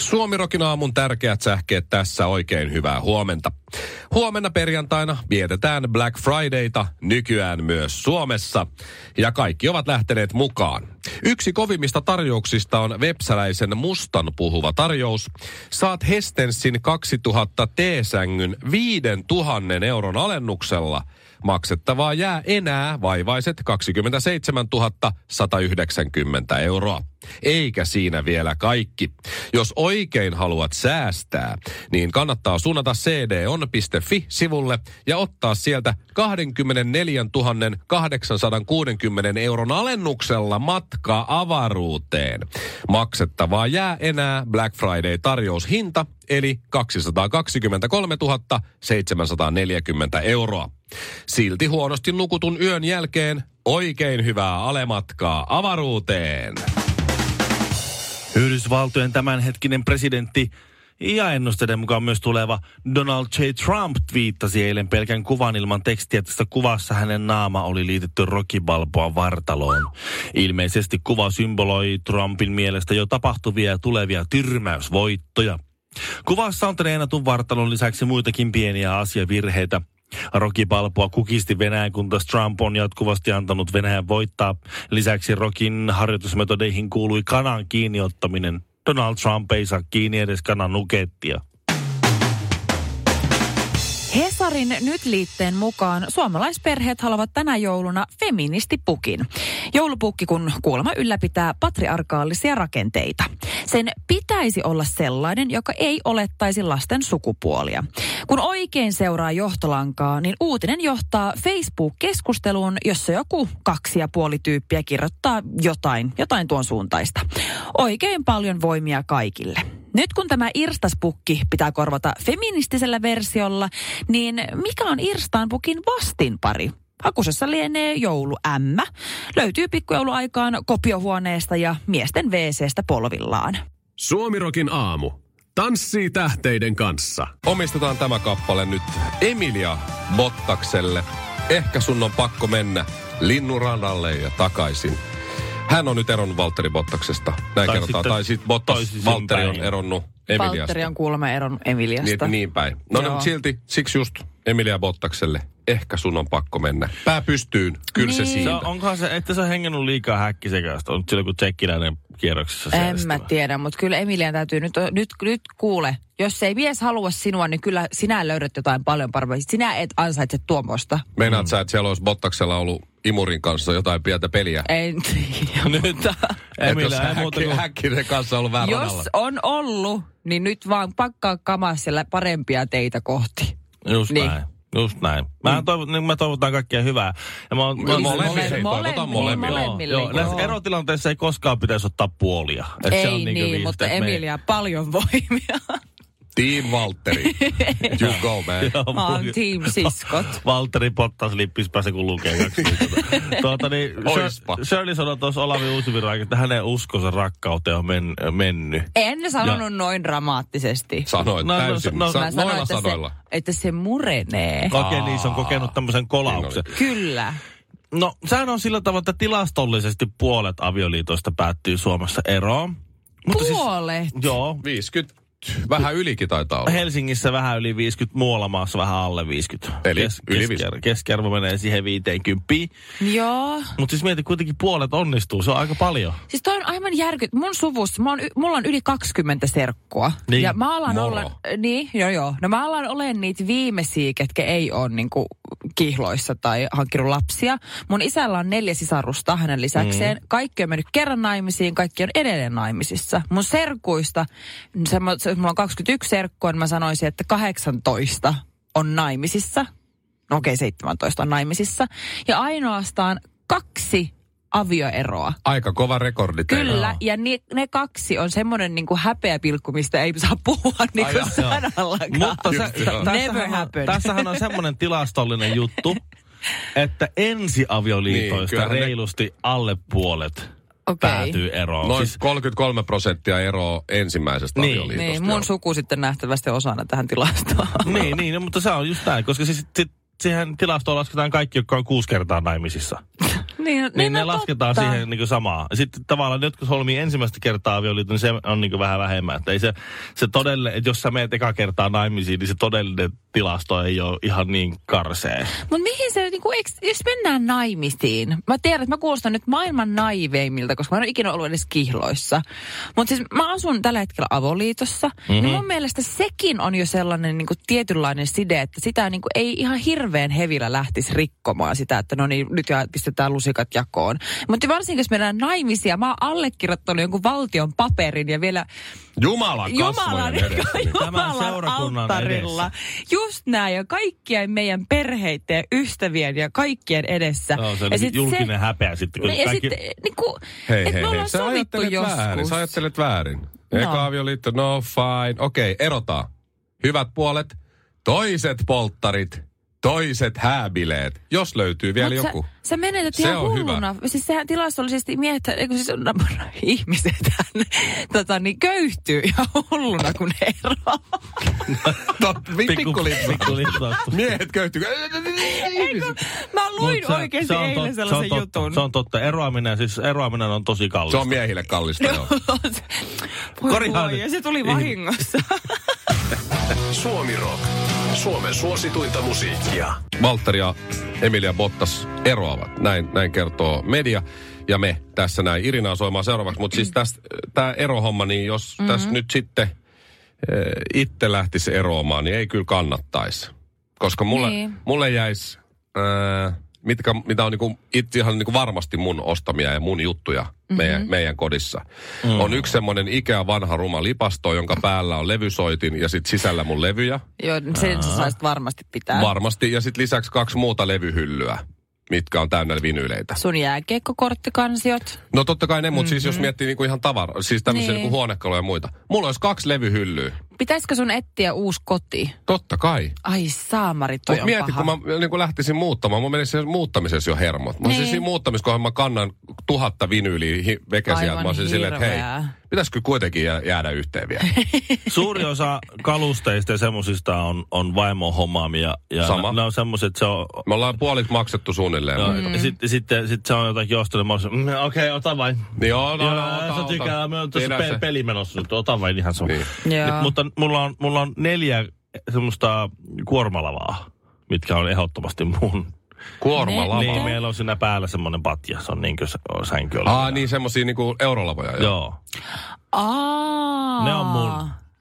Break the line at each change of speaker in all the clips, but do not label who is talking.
Suomirokin aamun tärkeät sähkeet tässä oikein hyvää huomenta. Huomenna perjantaina vietetään Black Fridayta nykyään myös Suomessa ja kaikki ovat lähteneet mukaan. Yksi kovimmista tarjouksista on vepsäläisen mustan puhuva tarjous. Saat Hestensin 2000 T-sängyn 5000 euron alennuksella. Maksettavaa jää enää vaivaiset 27 190 euroa. Eikä siinä vielä kaikki. Jos oikein haluat säästää, niin kannattaa suunnata cdon.fi-sivulle ja ottaa sieltä 24 860 euron alennuksella matkaa avaruuteen. Maksettavaa jää enää Black Friday-tarjoushinta eli 223 740 euroa. Silti huonosti nukutun yön jälkeen oikein hyvää alematkaa avaruuteen.
Yhdysvaltojen tämänhetkinen presidentti ja ennusteiden mukaan myös tuleva Donald J. Trump viittasi eilen pelkän kuvan ilman tekstiä. Tässä kuvassa hänen naama oli liitetty Rocky Balboa vartaloon. Ilmeisesti kuva symboloi Trumpin mielestä jo tapahtuvia ja tulevia tyrmäysvoittoja. Kuvassa on treenatun vartalon lisäksi muitakin pieniä asiavirheitä. Rocky Balboa kukisti Venäjän, kun taas Trump on jatkuvasti antanut Venäjän voittaa. Lisäksi Rokin harjoitusmetodeihin kuului kanan kiinniottaminen. Donald Trump ei saa kiinni edes kanan nukettia.
Hesarin nyt liitteen mukaan suomalaisperheet haluavat tänä jouluna feministipukin. Joulupukki kun kuolema ylläpitää patriarkaalisia rakenteita. Sen pitäisi olla sellainen, joka ei olettaisi lasten sukupuolia. Kun oikein seuraa johtolankaa, niin uutinen johtaa Facebook-keskusteluun, jossa joku kaksi ja puoli tyyppiä kirjoittaa jotain, jotain tuon suuntaista. Oikein paljon voimia kaikille. Nyt kun tämä irstaspukki pitää korvata feministisellä versiolla, niin mikä on irstaanpukin vastinpari? Hakusessa lienee joulu M. Löytyy pikkujouluaikaan kopiohuoneesta ja miesten WCstä polvillaan.
Suomirokin aamu. Tanssii tähteiden kanssa.
Omistetaan tämä kappale nyt Emilia Bottakselle. Ehkä sun on pakko mennä linnunradalle ja takaisin. Hän on nyt eronnut Valtteri Bottaksesta. Näin
Tai
kerrotaan.
sitten-
Tai sitten Bottas,
tai siis
Valtteri on
päin.
eronnut
Valtteri
Emiliasta.
on kuulemma eron
Niin,
Emiliasta.
niin päin. No, no
Joo.
silti, siksi just Emilia Bottakselle. Ehkä sun on pakko mennä. Pää pystyyn, kyllä se
Niin.
Se,
siitä.
on- onkohan se, että se on hengännyt liikaa häkkisekästä? On silloin kun tsekkiläinen kierroksessa
En
siellä
mä tiedä, mutta kyllä Emilian täytyy nyt, nyt, nyt kuule. Jos ei mies halua sinua, niin kyllä sinä löydät jotain paljon parempaa. Sinä et ansaitse tuommoista.
Meinaat sä, että siellä olisi Bottaksella ollut Imurin kanssa jotain pientä peliä?
Ei,
Nyt. Emilä, ei muuta kuin...
Häkkinen kanssa ollut vähän
jos
radalla.
on ollut, niin nyt vaan pakkaa kamaa siellä parempia teitä kohti.
Just
Niin.
näin. Just näin. Mä, toivon, niin mä toivotan kaikkia hyvää. Ja mä oon, mä oon-
Molemmille,
Mole-
hei, toivotan
Siis molemmille,
molemmille.
molemmille.
Joo, näissä erotilanteissa ei koskaan pitäisi ottaa puolia. Et
Ei
se on
niin,
niinku viihteet.
mutta
Me ei-
Emilia, paljon voimia.
Team Valtteri. you go, man.
Joo,
Mä oon
puoli-
team siskot.
Valtteri Pottas lippis päässä, kun lukee kaksi viikkoa. tuota, niin,
Oispa.
Shir- Shirley sanoi tuossa Olavi Uusivirraike, että hänen uskonsa rakkauteen on men, mennyt.
En sanonut noin dramaattisesti.
Sanoit
No, no,
täysin.
no,
Sa-
Mä sanoin,
noilla
että se,
sanoilla.
että se murenee.
Okei, niin se on kokenut tämmöisen kolauksen.
Kyllä.
No, sehän on sillä tavalla, että tilastollisesti puolet avioliitoista päättyy Suomessa eroon.
Puolet?
Siis, joo.
50, vähän ylikin taitaa olla.
Helsingissä vähän yli 50, muualla maassa vähän alle 50.
Eli yli 50.
keskiarvo, keskiarvo menee siihen 50.
Joo.
Mutta siis mieti, kuitenkin puolet onnistuu, se on aika paljon.
Siis toi on aivan järkyt. Mun suvussa, mä oon, y- mulla on yli 20 serkkua.
Niin,
ja mä alan
moro.
olla, niin, joo joo. No mä alan olen niitä viimeisiä, ketkä ei ole niinku kihloissa tai hankkinut lapsia. Mun isällä on neljä sisarusta hänen lisäkseen. Mm. Kaikki on mennyt kerran naimisiin, kaikki on edelleen naimisissa. Mun serkuista, se, se- mulla on 21 serkkua, niin mä sanoisin, että 18 on naimisissa. No okei, 17 on naimisissa. Ja ainoastaan kaksi avioeroa
Aika kova rekordi teillä.
Kyllä, ja ni, ne kaksi on semmoinen niin häpeäpilkku, mistä ei saa puhua niin kuin sanallakaan.
Mutta se,
Just joo.
tä-
Never
tässähän, on,
happen.
tässähän on semmoinen tilastollinen juttu, että ensiavioliitoista
Niin,
niin,
kyllähän ne-
reilusti alle puolet
Okei.
päätyy eroon.
Noin
Siis,
33 prosenttia eroa ensimmäisestä
Niin.
avioliitosta.
Niin,
joo.
mun suku sitten nähtävästi osana tähän tilastoon.
niin, niin, no, mutta se on just näin, koska siis sit, siihen tilastoon lasketaan kaikki, jotka on kuusi kertaa naimisissa.
niin,
Niin, niin ne
no
lasketaan
totta.
siihen niin samaa. Sitten tavallaan ne, jotka solmii ensimmäistä kertaa avioliiton, niin se on niin vähän vähemmän. Että ei se, se todellinen, että jos sä meet eka kertaa naimisiin, niin se todellinen tilasto ei ole ihan niin karsee.
Mutta mihin se, niinku, eiks, jos mennään naimisiin, mä tiedän, että mä kuulostan nyt maailman naiveimmilta, koska mä en ole ikinä ollut edes kihloissa. Mutta siis mä asun tällä hetkellä avoliitossa, mm-hmm. niin mun mielestä sekin on jo sellainen niinku, tietynlainen side, että sitä niinku, ei ihan hirveän hevillä lähtisi rikkomaan sitä, että no niin, nyt ja- pistetään lusikat jakoon. Mutta varsinkin, jos mennään naimisiin, mä oon allekirjoittanut jonkun valtion paperin ja vielä
Jumalan
Jumalan,
kasvojen edessä. niin.
Tämän
Jumalan
seurakunnan
alttarilla. Just näin ja kaikkien meidän perheiden ja ystävien ja kaikkien edessä.
Se on se,
ja
se julkinen se... häpeä sitten. Kun
No, ja
kaikki...
sitten niinku,
Hei, hei,
et me
hei.
ollaan
Sä
sovittu
ajattelet
joskus.
väärin. Sä ajattelet väärin. Eka
No.
avioliitto, no fine. Okei, okay, erotaan. Hyvät puolet, toiset polttarit, toiset hääbileet, jos löytyy vielä
Mut
joku.
Sä, sä menetät
Se
ihan
on hyvä.
hulluna. Siis sehän tilastollisesti miehet, eikö siis no, ihmiset tota, niin köyhtyy ihan hulluna, kun ne eroaa.
Tot- vi- pikkulipsu.
pikku lipsaus.
Miehet köyhtyy.
Mä luin
Mut se-
oikeasti
se on
eilen
tot-
sellaisen
se on totta,
jutun.
Se on totta. Eroaminen, siis eroaminen on tosi
Se
kallista.
on miehille kallista, joo.
Voi
Korjaan.
voi, ja se tuli vahingossa.
Suomi Rock. Suomen suosituinta musiikkia.
Valtteri ja Emilia Bottas eroavat. Näin, näin kertoo media ja me tässä näin. Irinaa soimaan seuraavaksi. Mutta siis tämä erohomma, niin jos mm-hmm. tässä nyt sitten eh, itse lähtisi eroamaan, niin ei kyllä kannattaisi. Koska mulle, niin.
Niin.
mulle jäisi, äh, mitkä, mitä on niinku, itse ihan niinku varmasti mun ostamia ja mun juttuja mm-hmm. meidän, meidän kodissa. Mm-hmm. On yksi semmoinen ikää vanha ruma lipasto, jonka päällä on levysoitin ja sitten sisällä mun levyjä.
Joo, sen sä saisit varmasti pitää.
Varmasti. Ja sitten lisäksi kaksi muuta levyhyllyä, mitkä on täynnä vinyyleitä.
sun jääkiekkokorttikansiot.
No totta kai ne, mutta mm-hmm. siis jos miettii niinku ihan tavara, siis tämmöisiä
Mhm. Niin.
niinku huonekaluja ja muita. Mulla olisi kaksi levyhyllyä.
Pitäisikö sun etsiä uusi koti?
Totta kai.
Ai saamari, toi
Mutta
on
mieti,
paha.
kun mä niinku lähtisin muuttamaan, mun menisi sen muuttamisessa jo hermot. Mä olisin
Niin.
siinä muuttamiskohan mä kannan tuhatta vinyyliä hi- vekesiä. että Mä
Aivan
olisin silleen, että hei,
hirveää.
pitäisikö kuitenkin jää- jäädä yhteen vielä?
Suuri osa kalusteista ja semmosista on, on vaimon homaamia. Ja
Sama.
Ne, ne on semmoset, että se on...
Me ollaan puolit maksettu suunnilleen.
No,
No,
mm. Sitten sit, sit se on jotakin ostanut. Mä olisin, mm, okei, okay, ota vain.
niin joo, no,
No,
no, ota,
sä
ota.
tykkää, me on tässä
Pidä
pe-
se.
peli menossa nyt, ota vain ihan sama.
Niin.
Joo.
Nyt, mutta mulla on, mulla on neljä semmoista kuormalavaa, mitkä on ehdottomasti mun.
Kuormalava.
Niin, meillä on siinä päällä semmoinen patja, se on niinkö se on sänky
Aa, niin semmosia niinku eurolavoja. Joo.
Joo,
Aa.
ne on mun.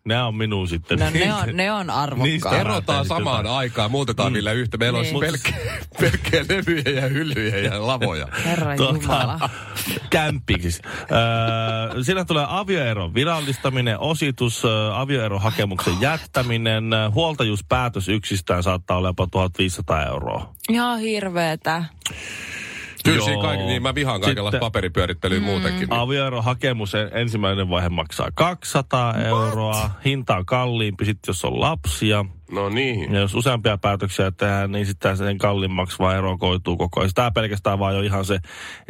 Ne on minun sitten.
No ne
Niin.
on, ne on
Niistä
arvokkaat.
ero-
Erotaan
Näyttää
samaan
siltä.
aikaan, muutetaan mm. vielä yhteen. Meillä
Niin.
olisi pelkkiä, pelkkiä levyjä ja hyllyjä ja lavoja.
Herra
Tota. Tuota,
Jumala.
kämppiksi. Öö, siinä tulee avioeron virallistaminen, ositus, öö, avioerohakemuksen jättäminen, öö, huoltajuuspäätös yksistään saattaa olla jopa 1500 euroa.
Ihan hirveetä.
Kyllä
Joo.
siinä kaikki, niin mä vihaan kaikenlaista
Sitten-
paperipyörittelyä mm. muutenkin. Niin.
Avioerohakemus en- ensimmäinen vaihe maksaa 200 euroa, hinta on kalliimpi sitten jos on lapsia.
No niin.
Ja jos useampia päätöksiä tehdään, niin sitten sen kalliimmaksi vaan ero koituu koko ajan. Tämä pelkästään vaan jo ihan se,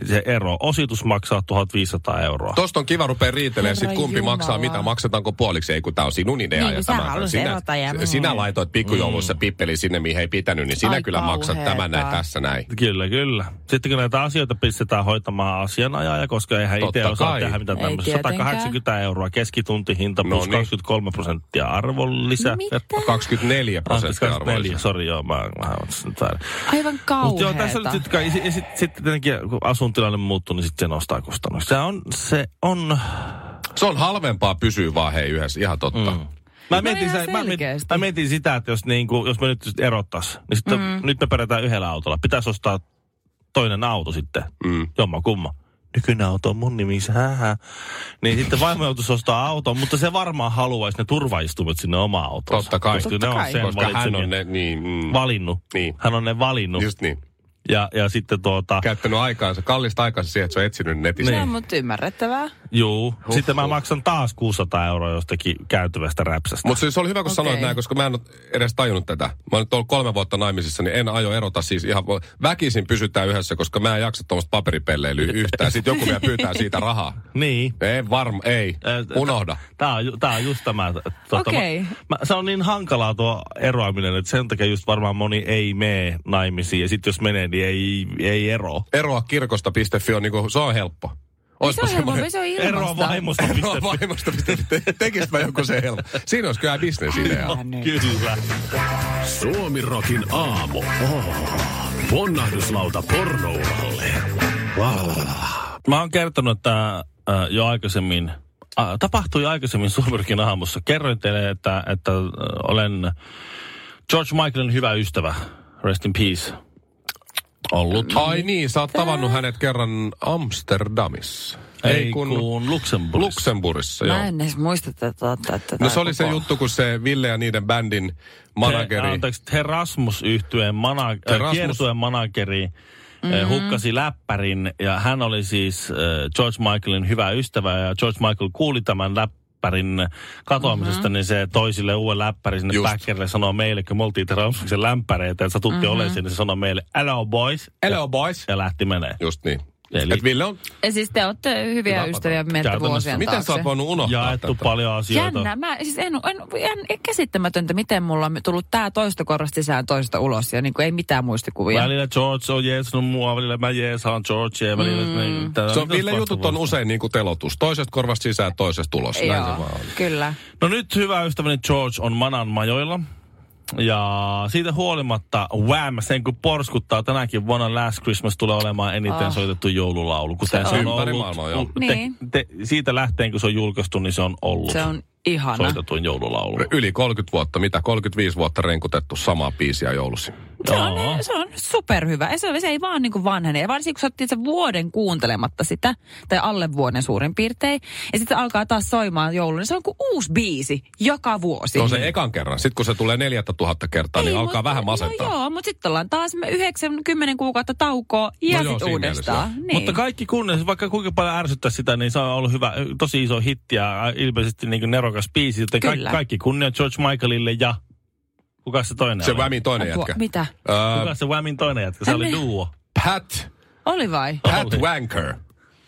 se ero. Ositus maksaa 1500 euroa.
Tosta on kiva rupea riitelemään, sit
Herra
kumpi
Jumala.
maksaa mitä, maksetaanko puoliksi, ei kun tää on sinun idea.
Niin, kun sä
tämä on-
halusit
sinä,
erota ja- Mm.
s- sinä laitoit pikkujoulussa pippeli sinne, mihin ei pitänyt, niin sinä
Ai
kyllä maksat
kauheeta.
tämän näin tässä näin.
Kyllä, kyllä. Sitten kun näitä asioita pistetään hoittamaan asianajaja, koska eihän itse
Totta
osaa
kai.
tehdä mitään
Ei
tämmöistä.
tietenkään.
180 euroa keskituntihinta
No
plus
niin.
23 prosenttia arvonlisävero.
No Mitä?
24
Ah,
prosenttia
24,
arvoisa.
Sori, joo, mä, mä oon nyt väärin.
Aivan
Mut
kauheeta.
joo, tässä nyt sit, kai- ja sit, ja sit, sitten tietenkin, kun asuntilanne muuttuu, niin sitten se nostaa kustannuksia. Se on, se on,
Se on halvempaa pysyä vaan hei yhdessä, ihan totta. Mm.
Mä
No
mietin,
ihan
sitä, mä, mietin,
selkeästi.
mä mietin sitä, että jos, niin kuin, jos me nyt erottais, niin sitten mm. nyt me pärjätään yhdellä autolla. Pitäisi ostaa toinen auto sitten, mm. jomma kumma. Nykyinen auto on mun nimissä, hähä. Niin sitten vaimo joutuisi ostaa auton, mutta se varmaan haluaisi ne turvaistumet sinne omaan autoon.
Totta kai.
Koska
Totta
ne on
kai.
sen
Koska hän
valitsemia-
on ne, niin, mm,
valinnut.
Niin.
Hän on ne valinnut.
just niin.
Ja, ja sitten tuota... Niin.
Niin.
käyttänyt aikaansa, kallista aikaansa siihen, että se on etsinyt netistä.
Se on mut ymmärrettävää.
Juu. Huh, Sitten mä maksan taas 600 euroa jostakin käytyvästä räpsästä.
Mutta siis se oli hyvä, kun okay.
Okei.
sanoit näin, koska mä en ole edes tajunnut tätä. Mä oon nyt ollut kolme vuotta naimisissa, niin en aio erota siis ihan väkisin pysytään yhdessä, koska mä en jaksa tuommoista paperipelleilyä yhtään. Sitten joku vielä pyytää siitä rahaa.
niin.
Ei varma, ei.
Ö,
Unohda.
Tää on, ju- tää on just tämä. Tuota,
Okei.
mä, mä, se on niin hankalaa tuo eroaminen, että sen takia just varmaan moni ei mene naimisiin. Ja sitten jos menee, niin ei, ei ero.
Eroa kirkosta.fi on niinku, se on helppo.
Niin Se on helpompi, se on
Eroa
ilmasta.
vaimosta.
Eroa vaimosta. Tekis mä joku se helppo. Siinä olisi kyllä bisnesidea.
Niin.
Kyllä.
Suomirokin aamu. Oh. Ponnahduslauta pornouralle.
Mä oon kertonut, että äh, jo aikaisemmin, äh, tapahtui aikaisemmin Suomirkin aamussa. Kerroin teille, että, että äh, olen George Michaelin hyvä ystävä. Rest in peace. Ollut.
Ai niin, sä oot tavannut hänet kerran Amsterdamissa.
Ei kun, kun Luxemburgissa.
Luxemburgissa, joo.
Mä en edes muista tätä. tätä
No se oli se juttu, kun se Ville ja niiden bändin manageri...
He, anteeksi, Erasmus yhtyeen mana, äh,
Rasmus.
kiertueen manageri mm-hmm. hukkasi läppärin ja hän oli siis äh, George Michaelin hyvä ystävä ja George Michael kuuli tämän läppärin katoamisesta, mm-hmm. niin se toi sille uuden läppärin sinne
Just.
päkkärille sanoo meille, kun me oltiin Erasmuksen lämpäreitä ja satuttiin mm-hmm. olemaan siinä, niin se sanoi meille, hello boys,
Hello boys!
ja lähti menee.
Just niin. Eli...
Eli-
Et Ville on...
Ja siis te olette hyviä
Hyvä
ystäviä, menette
Käytännössä.
vuosien
Miten
taakse.
sä oot voinut unohtaa
Jaettu
tätä?
paljon asioita.
Jännä. Mä, siis en, en, en, käsittämätöntä, miten mulla on tullut tää toista korvasta sisään toista ulos ja niin kuin ei mitään muistikuvia.
Välillä George on jeesannut mua, välillä mä jeesaan George ja välillä... Mm. Niin, tää
Se on, Ville jutut on
vastavuoroista.
usein niin kuin telotus. Toisesta korvasta sisään, toisesta ulos. Näin se
Joo,
vaan on.
kyllä.
No nyt hyvä ystäväni George on manan majoilla. Ja siitä huolimatta Wham! sen kun porskuttaa tänäkin vuonna Last Christmas tulee olemaan eniten
Ah.
oh. soitettu joululaulu. Kuten se, se on
Ympäri
ollut,
maailmaa, joo.
Niin.
te, siitä lähtien kun se on julkaistu, niin se on ollut
Se on ihana. Niin.
soitetuin joululaulu.
Yli 30 vuotta, mitä 35 vuotta renkutettu samaa biisiä joulusi.
Se on,
Joo.
se on superhyvä. Ei Se, se ei vaan niin vanhene. Ja varsinkin kun sä oot itse vuoden kuuntelematta sitä, tai alle vuoden suurin piirtein, ja sitten alkaa taas soimaan joulun, niin se on kuin uusi biisi joka vuosi.
Se on se ekan kerran. Sitten kun se tulee 4000 kertaa, niin
Ei,
alkaa
mut-
vähän masentaa.
No joo, mutta sitten ollaan taas me 9-10 kuukautta taukoa ja
No
no
joo,
sitten
siinä mielessä,
uudestaan. niin.
Mutta kaikki kunnes, vaikka kuinka paljon ärsyttää sitä, niin se on ollut hyvä, tosi iso hitti ja ilmeisesti niin kuin nerokas biisi. Joten kaikki,
Kyllä.
kaikki kunnia George Michaelille ja... Kuka se toinen
Se
oli?
Whamin toinen
Apua,
jätkä.
Mitä?
Öö,
Kuka se Whamin toinen jätkä? Se
Hän
oli
ei-
duo.
Pat,
Oli vai?
Pat Wanker.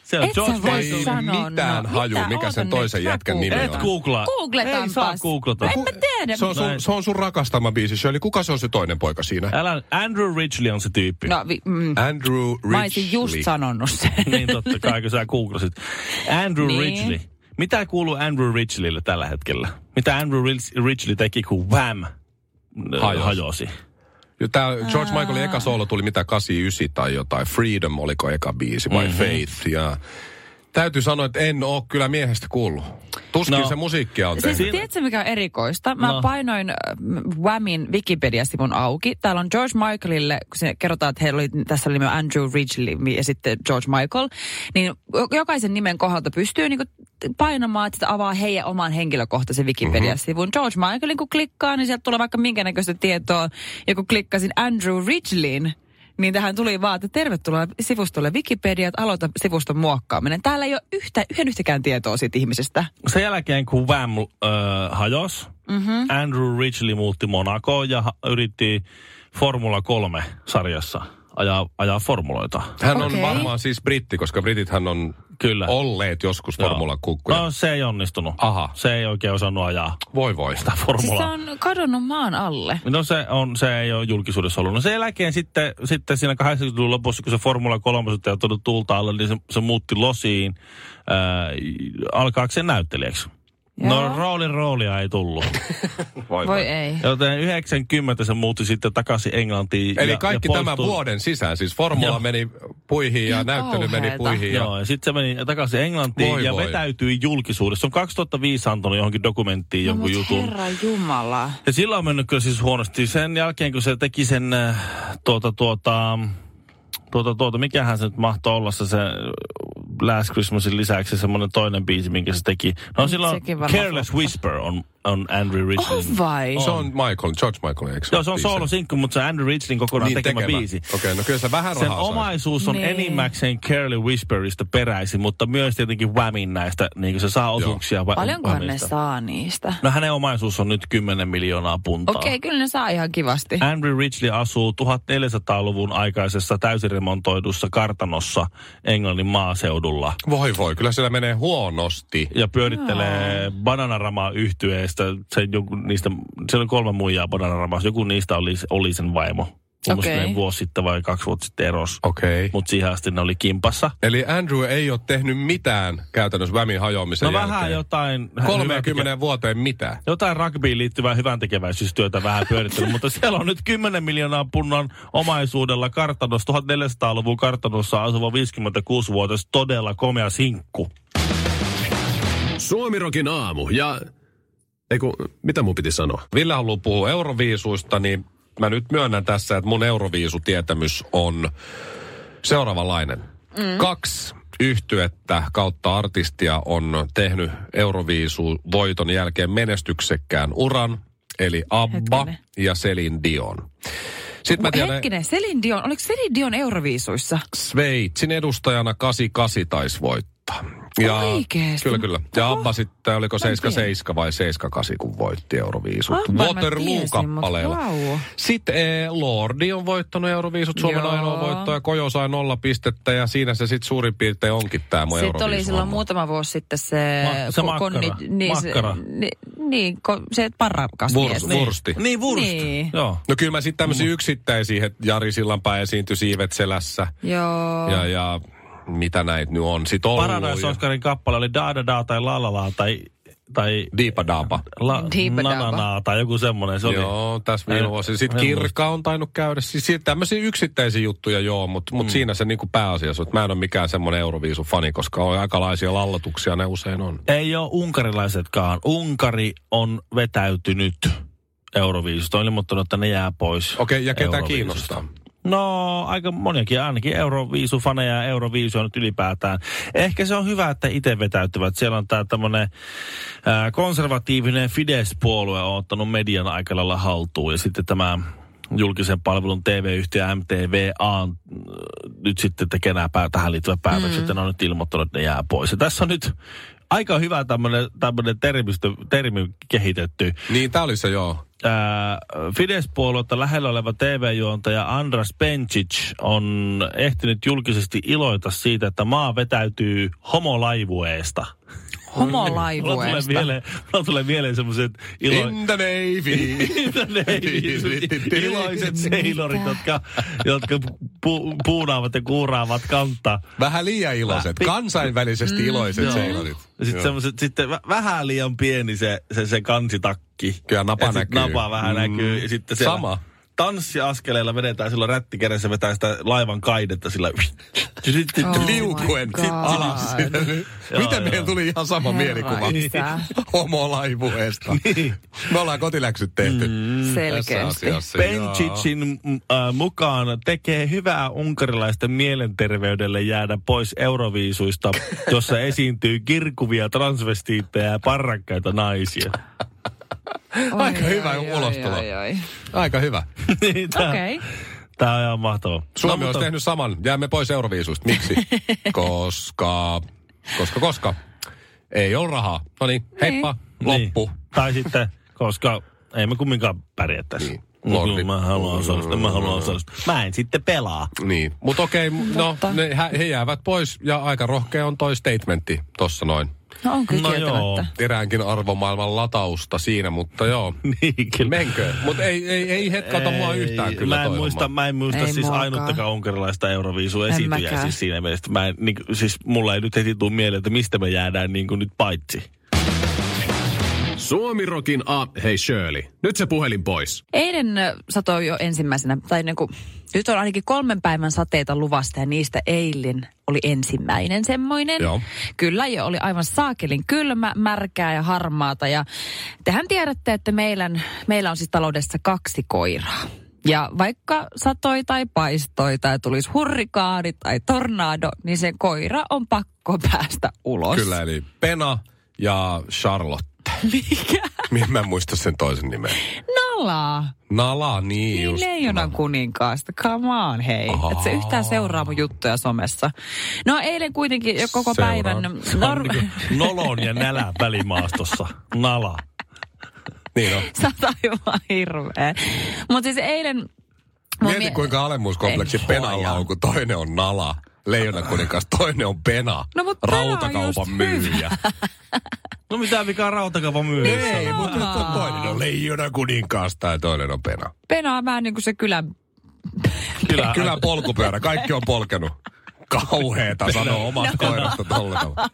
Se on
Et
George
sä voi
Michael.
Ei
sanoa. no,
mitään haju, mikä
Oota
sen
nyt,
toisen
sä
jätkän nimi
googlataan.
Et
Joo.
googlaa. Ei
Googletaanpas.
saa googlata.
En mä tiedä.
Se on, sun,
Näin.
se on sun rakastama biisi, Shirley. Kuka se on se toinen poika siinä?
Älä, Andrew Ridgely on se tyyppi.
No, vi, mm,
Andrew Ridgely.
mä olisin just sanonut sen.
Niin totta kai, kun sä googlasit. Andrew
Niin.
niin. Ridgely. Mitä kuuluu Andrew Ridgelylle tällä hetkellä? Mitä Andrew Rid- Ridgely teki, kun Wham ö,
Hajosi.
hajosi?
Ja Tää George Michaelin eka soolo tuli mitä 89 tai jotain. Freedom oliko eka biisi vai
Mhm.
mm-hmm. Faith. Ja täytyy sanoa, että en oo kyllä miehestä kuullut. Tuskin no.
No.
se musiikkia on
Siis
tehnyt.
Siinä-
tiedätkö mikä on erikoista? Mä no.
No.
painoin äh, Whamin Wikipedia-sivun auki. Täällä on George Michaelille, kun se kerrotaan, että heillä oli, tässä oli nimi Andrew Ridgely ja sitten George Michael, niin jo- jokaisen nimen kohdalta pystyy niin painamaan, että se avaa heidän oman henkilökohtaisen Wikipedia-sivun. George Michaelin kun klikkaa, niin sieltä tulee vaikka minkä näköistä tietoa. Ja kun klikkasin Andrew Ridgeleyin, niin tähän tuli vaan, että tervetuloa sivustolle Wikipedia, että aloita sivuston muokkaaminen. Täällä ei ole yhtä, yhden yhtäkään tietoa siitä ihmisestä.
Sen jälkeen, kun Wham ö, hajosi,
Mhm.
mm-hmm. Andrew Ridgely muutti Monakoon ja ha- yritti Formula 3-sarjassa ajaa, ajaa formuloita.
Hän on
Okei.
varmaan siis britti, koska britithän on
Kyllä.
olleet joskus
Joo.
formula kukkuja.
No se ei onnistunut.
Aha.
Se ei oikein osannut ajaa
Voi voi.
sitä formulaa.
Siis se on kadonnut maan alle.
No se, on, se ei ole julkisuudessa ollut. No sen jälkeen sitten, sitten siinä 80-luvun lopussa, kun se Formula 3 on tullut tulta alle, niin se, se muutti losiin ää, alkaakseen näyttelijäksi.
Joo.
No roolin roolia ei tullut.
Voi
Voi ei.
Joten 90 se muutti sitten takaisin Englantiin.
Eli
ja,
kaikki
ja
tämän
poistui-
vuoden sisään. Siis formula
Joo.
meni puihin ja
Ihan
näyttely meni
kauheeta.
puihin. Ja...
Joo, ja sitten se meni takaisin Englantiin
Voi
ja
voi.
vetäytyi julkisuudessa. Se on 2005 antanut johonkin dokumenttiin jonkun
No, mut
jutun.
Herra Jumala.
Ja sillä on mennyt kyllä siis huonosti. Sen jälkeen, kun se teki sen äh, tuota tuota, tuota, tuota mikähän se nyt mahtoi olla se, se äh, Last Christmasin lisäksi semmoinen toinen biisi, minkä se teki. No silloin
sekin varmaan
Careless
floppa.
Whisper on on Andrew Ridgeley.
Oh vai?
Se on Michael, George Michael, eikö
Joo, se on
biisi?
soolosinkku, mutta se on Andrew Ridgelin kokonaan
Niin,
tekemä, biisi.
Okei, okay, no kyllä se vähän
Sen
rahaa sai.
omaisuus on
Niin.
enimmäkseen Curly Whisperista peräisin, mutta myös tietenkin Whamin näistä, niin kuin se saa osuuksia. Wha-
Paljonkohan ne
Whamista.
saa niistä?
No hänen omaisuus on nyt 10 miljoonaa puntaa.
Okei, okay, kyllä ne saa ihan kivasti.
Andrew Ridgeley asuu 1400-luvun aikaisessa täysiremontoidussa kartanossa Englannin maaseudulla
Voi voi, kyllä siellä menee huonosti.
ja pyörittelee bananaramaa yhtyeestä. Se joku niistä, siellä on kolme muijaa bananaramassa. Joku niistä oli, oli sen vaimo. Mun
Okei.
okay. vuosi sitten vai kaksi vuotta sitten eros.
Okei. Okay.
Mutta siihen asti ne oli kimpassa.
Eli Andrew ei ole tehnyt mitään käytännössä Vämin hajoamisen
No
jälkeen.
vähän jotain...
30 vuoteen mitään.
jotain rugbyyn liittyvää hyvän tekeväisyystyötä vähän pyörittänyt, mutta siellä on nyt 10 miljoonaa punnan omaisuudella kartanossa, 1400-luvun kartanossa asuva 56-vuotias todella komea sinkku.
Suomirokin aamu ja... Eiku, mitä mun piti sanoa?
Ville haluaa puhua euroviisuista, niin mä nyt myönnän tässä, että mun euroviisutietämys on seuraavanlainen. Mm. Kaksi yhtyettä kautta artistia on tehnyt euroviisu voiton jälkeen menestyksekkään uran, eli ABBA
Hetkinen.
ja Selin Dion. Sitten mä tiedän,
Hetkinen, Selin Dion, oliko Selin Dion Euroviisuissa?
Sveitsin edustajana 88 taisi voittaa.
Oikeesti?
Kyllä, kyllä. Ja
Oho.
Abba sitten, oliko
tiedä.
77 vai 78, kun voitti Euroviisut.
Abban mä tiesin, mut
Waterloo-kappaleella.
vau.
Sitten eh, Lordi on voittanut Euroviisut, Suomen
Joo.
ainoa voittaja. Kojo sai nolla pistettä ja siinä se sitten suurin piirtein onkin tämä mun
Sitten oli silloin
Euroviisuhomma.
muutama vuosi sitten se...
Ma- se makkara.
niin, se,
Makkara.
ni, niin, ko, se parrakas
Vurs-
mies.
Vursti.
Niin, wurst.
Niin.
Joo.
No kyllä mä sitten
Mm.
tämmöisiä yksittäisiä, että Jari Sillanpää esiintyi Siivetselässä
Niin.
Joo.
ja, ja mitä näitä nyt on. Sitten Oulu
Paradise
ja
Oscarin kappale oli Da Da Da tai La La La tai, tai
Diipa Daapa.
La
Diipa
Na
Daba.
Na Na tai joku semmoinen. Se oli.
Joo, tässä
Ei-
viime vuosina. Sitten
en
kirkka on tainnut käydä. Siis si- tämmöisiä yksittäisiä juttuja joo, mutta
Mm.
mut siinä se niinku pääasiassa. on, että mä en ole mikään semmoinen Euroviisu-fani, koska on aikalaisia lallatuksia ne usein on.
Ei ole unkarilaisetkaan. Unkari on vetäytynyt Euroviisusta. On ilmoittanut, että ne jää pois.
Okei, okay, ja ketä
Euroviisusta.
kiinnostaa?
No, aika moniakin, ainakin Euroviisufaneja ja Euroviisua nyt ylipäätään. Ehkä se on hyvä, että itse vetäytyvät. Siellä on tämä tämmöinen konservatiivinen Fidesz-puolue on ottanut median aika lailla haltuun. Ja sitten tämä julkisen palvelun TV-yhtiö MTVA on äh, nyt sitten tekee nämä pää- tähän liittyvät päätökset, mm. ja ne on nyt ilmoittanut, että ne jää pois. Ja tässä on nyt aika hyvä tämmöinen, tämmöinen termistö, termi kehitetty
Niin, tää oli se joo.
ää, Äh, Fidesz-puoluetta lähellä oleva TV-juontaja Andras Bencic on ehtinyt julkisesti iloita siitä, että maa vetäytyy homolaivueesta. Mulla tulee
Homolaivueesta.
mieleen, mulla tulee mieleen semmoiset ilo,
In the Navy.
iloiset seilorit, jotka, jotka pu, puunaavat ja kuuraavat kantaa.
Vähän liian iloiset. Kansainvälisesti
Mm,
iloiset seilorit.
Ja
Joo.
sitten semmoset, sitten vä- vähän liian pieni se, se, se kansitakki.
Kyllä napa
Ja sit
näkyy.
Napa vähän
Mm.
mm. näkyy. Ja sitten siellä
Sama.
Tanssiaskeleilla vedetään silloin rättikädessä vetää sitä laivan kaidetta sillä.
Oh my
Liukuen
God.
alas. sitä. Miten meillä tuli ihan sama
Herra
mielikuva
Niin.
isä. Niin.
homolaivueesta? Me ollaan kotiläksyt tehty. tässä
Mm, Selkeästi.
asiassa, joo.
Benchicin m, äh, mukaan tekee hyvää unkarilaisten mielenterveydelle jäädä pois euroviisuista, jossa esiintyy kirkuvia transvestiittejä ja parrakkaita naisia.
Oi,
Aika
oi,
hyvä
oi,
ulostulo.
oi, oi.
Aika hyvä.
Niin, tää-
Okei.
Tää on ihan mahtavaa.
Suomi no, olisi tehnyt saman. Jäämme pois Euroviisuista. Miksi? koska, koska, koska. Ei ole rahaa. No niin, heippa. Loppu.
Niin. Tai sitten, koska ei me kumminkaan pärjättäisi.
Niin.
Niin.
Lordi.
Mä haluan osallistua, mä haluan osallistua. Mä en sitten pelaa.
Niin. Mutta okei, no ne, hä- he jäävät pois ja aika rohkea on toi statementti tossa noin.
No on kyllä
No joo.
kieltämättä.
Eräänkin arvomaailman latausta siinä, mutta joo.
Niin, kyllä.
Menkö? Mutta ei, ei, ei hetkata mua
Ei,
yhtään kyllä
mä en
toi
muista,
homma.
mä en muista
Ei
ei siis
muakaan.
ainuttakaan unkarilaista euroviisua esiintyjää
mäkään.
siis siinä mielessä. Mä en, niin, kuin- siis mulla ei nyt heti tule mieleen, että mistä me jäädään niin kuin nyt paitsi.
Suomirokin a... Hei Shirley, nyt se puhelin pois.
Eilen ö, satoi jo ensimmäisenä, tai niin kuin, nyt on ainakin kolmen päivän sateita luvasta ja niistä eilen oli ensimmäinen semmoinen.
Joo.
Kyllä jo oli aivan saakelin kylmä, märkää ja harmaata. Ja tehän tiedätte, että meidän, meillä on siis taloudessa kaksi koiraa. Ja vaikka satoi tai paistoi tai tulisi hurrikaani tai tornado, niin sen koira on pakko päästä ulos.
Kyllä, eli Pena ja Charlotte.
Mikä?
Mie- Mä en muista sen toisen nimen.
Nalaa.
Nala, niin
Niin
just.
leijonan kuninkaasta, come on hei. Oh. Et se yhtään seuraa mun juttuja somessa. No eilen kuitenkin jo koko
Seuraa.
päivän...
Se on
Nor-
niinku nolon ja nälän välimaastossa. Nala.
Niin on.
Sä oot aivan hirveä. Mutta siis eilen... mun
Mieti
mie-
kuinka alemmuuskompleksi
Ei
penalla
huojaa.
on, kun toinen on nala. Leijonakuningas, toinen on pena.
No, mut Pena on
Rautakaupan
just
myyjä.
No mitä vikaa rautakava myynnissä?
Ei, mutta nyt on toinen on leijonakuningas tai toinen on pena.
Penaa vähän niin kuin se kylän...
Kyllä,
Kyllä polkupyörä, kaikki on polkenut. Kauheeta sanoo omasta
No.
koirasta tolla tavalla.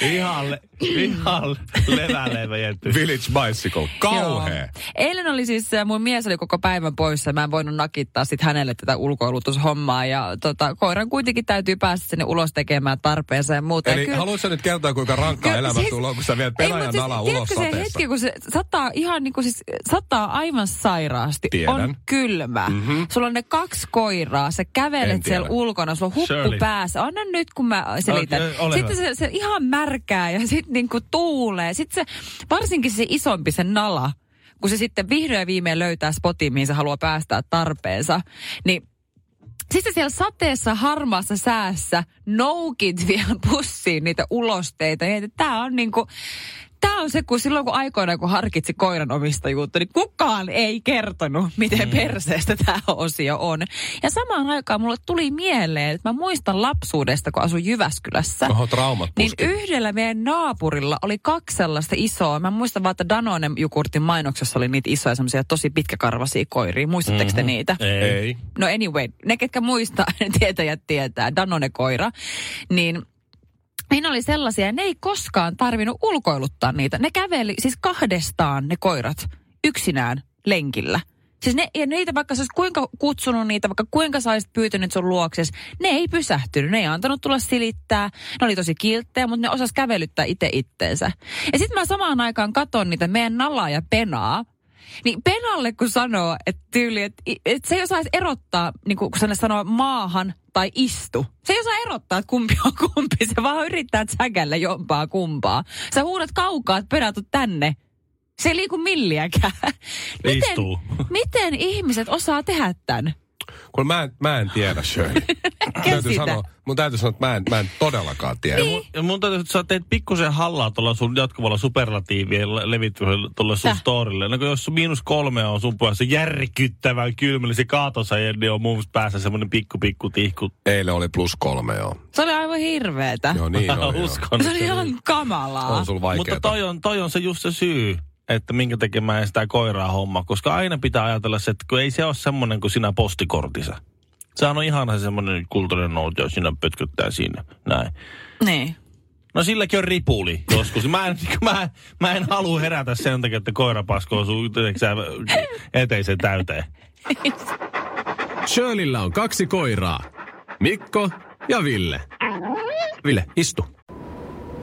ihan, le, ihan levälevä
Village bicycle, kauhea.
Joo. Eilen oli siis, äh, mun mies oli koko päivän poissa ja mä en voinut nakittaa sit hänelle tätä ulkoilutushommaa. Ja tota, koiran kuitenkin täytyy päästä sinne ulos tekemään tarpeensa ja muuta. ja
Eli haluatko sä nyt kertoa, kuinka rankkaa
Kyllä,
elämä
siis-
tulee, kun sä vielä
Ei,
pelaajan
mut siis
siis, ala ulos
tiedätkö se
sateessa?
hetki, kun se sataa ihan niin kuin siis sataa aivan sairaasti.
Tiedän. Mhm.
On kylmä. Mm-hmm. Sulla on ne kaksi koiraa, sä
En
kävelet
tiedä.
siellä ulkona, sulla on huppu
Shirley.
päässä. Anna nyt, kun mä selitän.
Okei, ole
sitten se, se, ihan märkää ja sitten niin kuin tuulee. Sitten se, varsinkin se isompi, se nala, kun se sitten vihdoin ja viimein löytää spotin, mihin se haluaa päästää tarpeensa, niin sitten siellä sateessa, harmaassa säässä noukit vielä pussiin niitä ulosteita. Niin, että tämä on niinku, Tämä on se, kun silloin kun aikoinaan kun harkitsi koiran omistajuutta, niin kukaan ei kertonut, miten mm. perseestä tämä osio on. Ja samaan aikaan mulle tuli mieleen, että mä muistan lapsuudesta, kun asuin Jyväskylässä.
Oho, traumat
Niin
puski.
yhdellä meidän naapurilla oli kaksi sellaista isoa. Mä muistan vaan, että Danone jogurtin mainoksessa oli niitä isoja semmoisia tosi pitkäkarvasia koiria. Muistatteko mm-hmm. te niitä?
Ei.
No anyway, ne ketkä muistaa, ne tietäjät tietää, Danone koira, niin Niin oli sellaisia, ja ne ei koskaan tarvinnut ulkoiluttaa niitä. Ne käveli siis kahdestaan ne koirat yksinään lenkillä. Siis ne, ja niitä vaikka sä olisit kuinka kutsunut niitä, vaikka kuinka sä olisit pyytänyt sun luokses, ne ei pysähtynyt, ne ei antanut tulla silittää. Ne oli tosi kilttejä, mutta ne osas kävelyttää itse itteensä. Ja sitten mä samaan aikaan katon niitä meidän nalaa ja penaa, niin penalle kun sanoo, että tyyli, että et se ei osaisi erottaa, niin kun se sanoo maahan tai istu. Se ei osaa erottaa, että kumpi on kumpi. Se vaan yrittää säkällä jompaa kumpaa. Sä huudat kaukaa, että penatu tänne. Se ei liiku milliäkään. Miten,
Istuu.
miten ihmiset osaa tehdä tämän?
Kun mä en, mä en tiedä, Shirley. täytyy
sitä?
sanoa, mun täytyy sanoa, että mä en, mä en todellakaan tiedä.
Mun, ja mun täytyy, että sä teet pikkusen hallaa tuolla sun jatkuvalla superlatiivien le- levittämisellä tuolle sun
Täh.
storille. No kun jos sun miinus kolme on sun päässä järkyttävän kylmä, niin se kaatossa ja on mun päässä semmoinen pikku pikku tihku.
Eilen oli plus kolme, joo.
Se oli aivan hirveetä.
Joo, niin
Mä
oli, joo.
uskon.
Se oli
että-
ihan kamalaa.
On sulla vaikeeta.
Mutta toi on, toi on se just se syy, että minkä takia mä en sitä koiraa homma, koska aina pitää ajatella se, että kun ei se ole semmoinen kuin sinä postikortissa. Sehän on ihan semmoinen kulttuurinen noutio, sinä pötköttää siinä, näin.
Niin.
No silläkin on ripuli joskus. Mä en, mä, mä en halua herätä sen takia, että koira paskoo sun tiedätkö sä, eteisen täyteen.
Shirleyllä on kaksi koiraa. Mikko ja Ville. Ville, istu.